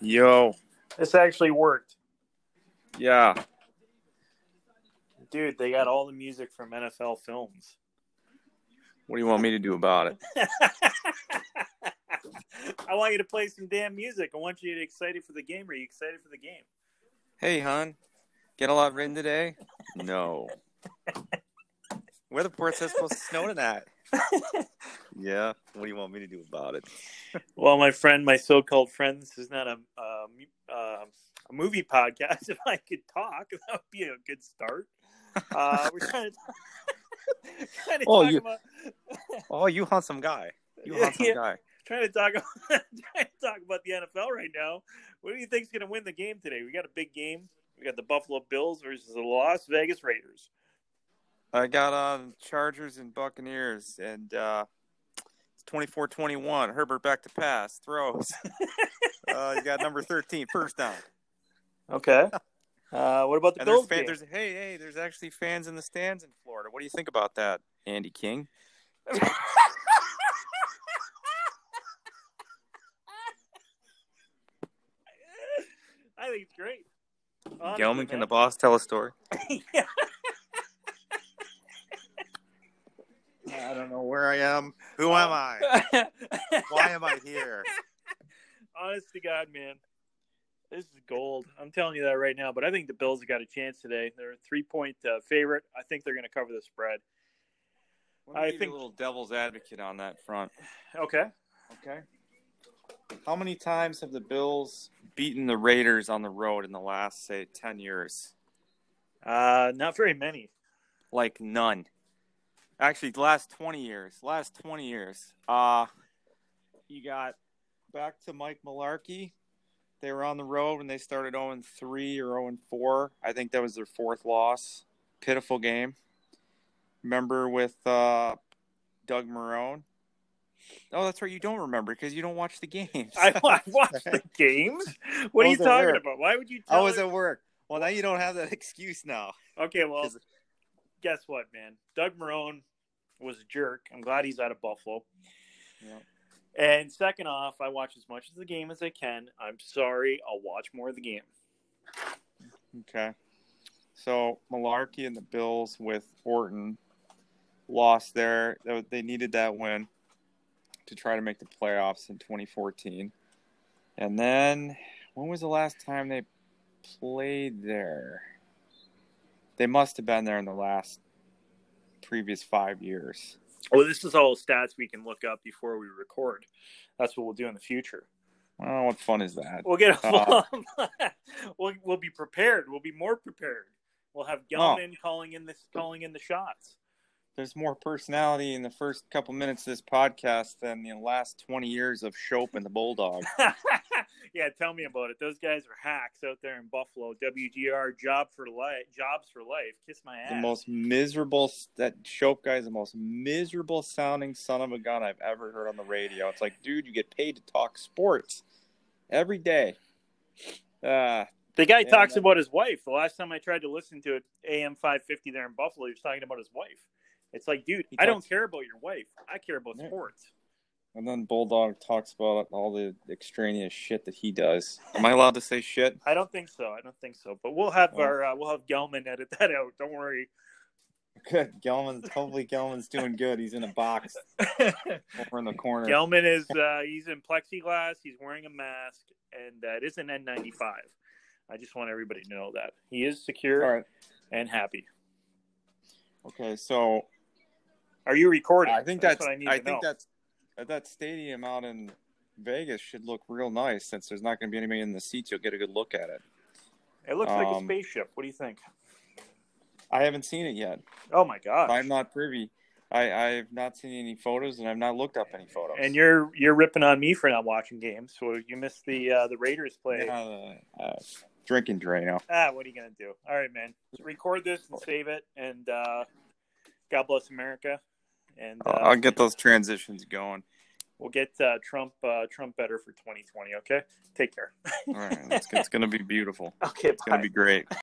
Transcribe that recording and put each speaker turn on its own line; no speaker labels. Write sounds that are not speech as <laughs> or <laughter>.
Yo,
This actually worked.
yeah.
Dude, they got all the music from NFL films. <laughs>
What do you want me to do about it?
I want you to play some damn music. I want you to get excited for the game. Are you excited for the game?
Hey, hon, get a lot written today? <laughs> No. Weather report says it's supposed to snow tonight. <laughs> yeah. What do you want me to do about it?
Well, my friend, my so-called friend, this is not a a, mu- uh, a movie podcast. <laughs> If I could talk, that would be a good start. Uh, we're trying to, <laughs> trying to
Oh,
talk
you-
about
Oh, you handsome guy. <laughs> You handsome
<laughs> Yeah.
guy.
trying to talk <laughs> about, trying to talk about the NFL right now. What do you think's going to win the game today? We got a big game. We got the Buffalo Bills versus the Las Vegas Raiders.
I got uh Chargers and Buccaneers and uh it's 24-21. Herbert back to pass, throws. <laughs> uh you got number 13 first down.
Okay. Uh, what about the
And there's,
Bills?
fan,
game?
there's hey, hey, there's actually fans in the stands in Florida. What do you think about that, Andy King?
I think it's great. Honestly,
Gelman,
<laughs>
can the
man.
boss tell a story?
Yeah.
I don't know where I am. Who
am
<laughs> I? Why am I <laughs> here?
Honest to God, man, this is gold. I'm telling you that right now. But I think the Bills have got a chance today. They're a three point uh, favorite. I think they're going to cover the spread. I
I think
think-
a little devil's advocate on that front.
Okay.
Okay. How many times have the Bills beaten the Raiders on the road in the last, say, 10 years?
Uh, not very many.
Like none. Actually, the last 20 years. Last 20 years. Uh, you got back to Mike Malarkey. They were on the road when they started 0 3 or 0 4. I think that was their fourth loss. Pitiful game. Remember with uh, Doug Marone? Oh, that's right. You don't remember because you don't watch the games.
I, I watched the games. What
I
are you
was at
talking
work.
about? Why would you
<laughs> Oh, I
tell
was
her-
at work. Well, now you don't have that <laughs> excuse now.
Okay, well,
'Cause-
guess what, man? Doug Marone was a jerk. I'm glad he's out of Buffalo.
Yeah.
And second off, I watch as much of the game as I can. I'm sorry, I'll watch more of the game.
Okay. So Malarkey and the Bills with Orton lost there. They- They needed that win to try to make the playoffs in 2014. And then when was the last time they played there? They must have been there in the last previous five years.
Well, this is all stats we can look up before we record. That's what we'll do in the future.
Well, what fun is that?
We'll get a
Uh.
full. <laughs> we'll, we'll be prepared. We'll be more prepared. We'll have Gelman calling in this calling in the shots.
There's more personality in the first couple minutes of this podcast than the last 20 years of Shope and the Bulldog.
<laughs> yeah, tell me about it. Those guys are hacks out there in Buffalo. WGR job for life, jobs for life. Kiss my ass.
the most miserable that Shope guy is the most miserable sounding son of a gun I've ever heard on the radio. It's like, dude, you get paid to talk sports every day. Uh,
the guy
Yeah,
talks
man.
about his wife. The last time I tried to listen to it, AM five fifty there in Buffalo, he was talking about his wife. It's like, dude,
He
I don't
talks-
care about your wife. I care about
Yeah.
sports.
and then Bulldog talks about all the extraneous shit that he does. Am I allowed to say shit?
I don't think so. I don't think so. But we'll have
Well-
our uh, we'll have Gelman edit that out. Don't
<laughs>
worry.
<laughs>
<laughs>
Good. Gelman's hopefully Gelman's doing good. He's in a box over in the corner.
Gelman is uh, he's in plexiglass. He's wearing a mask, and uh, it is an N95. I just want everybody to know that he is secure
all right.
and happy.
Okay, so
Are you recording?
I think that's,
what I need
I,
to
think
know.
that's uh, that that stadium out in Vegas should look real nice since there's not going to be anybody in the seats. You'll get a good look at it.
it looks like a
um,
spaceship. What do you think?
I haven't seen it yet.
Oh my god!
I'm not privy. I I've not seen any photos and I've not looked up any photos.
and you're you're ripping on me for not watching games. So you missed the uh, the Raiders play.
Yeah, uh, uh, drinking Drano.
Ah, what are you gonna do? All right, man. Record this and save it. And uh, God bless America. And uh,
I'll get those transitions going.
We'll get uh, Trump uh, Trump better for 2020. Okay, take care.
All right, it's, it's going to be beautiful.
Okay,
It's going to be great.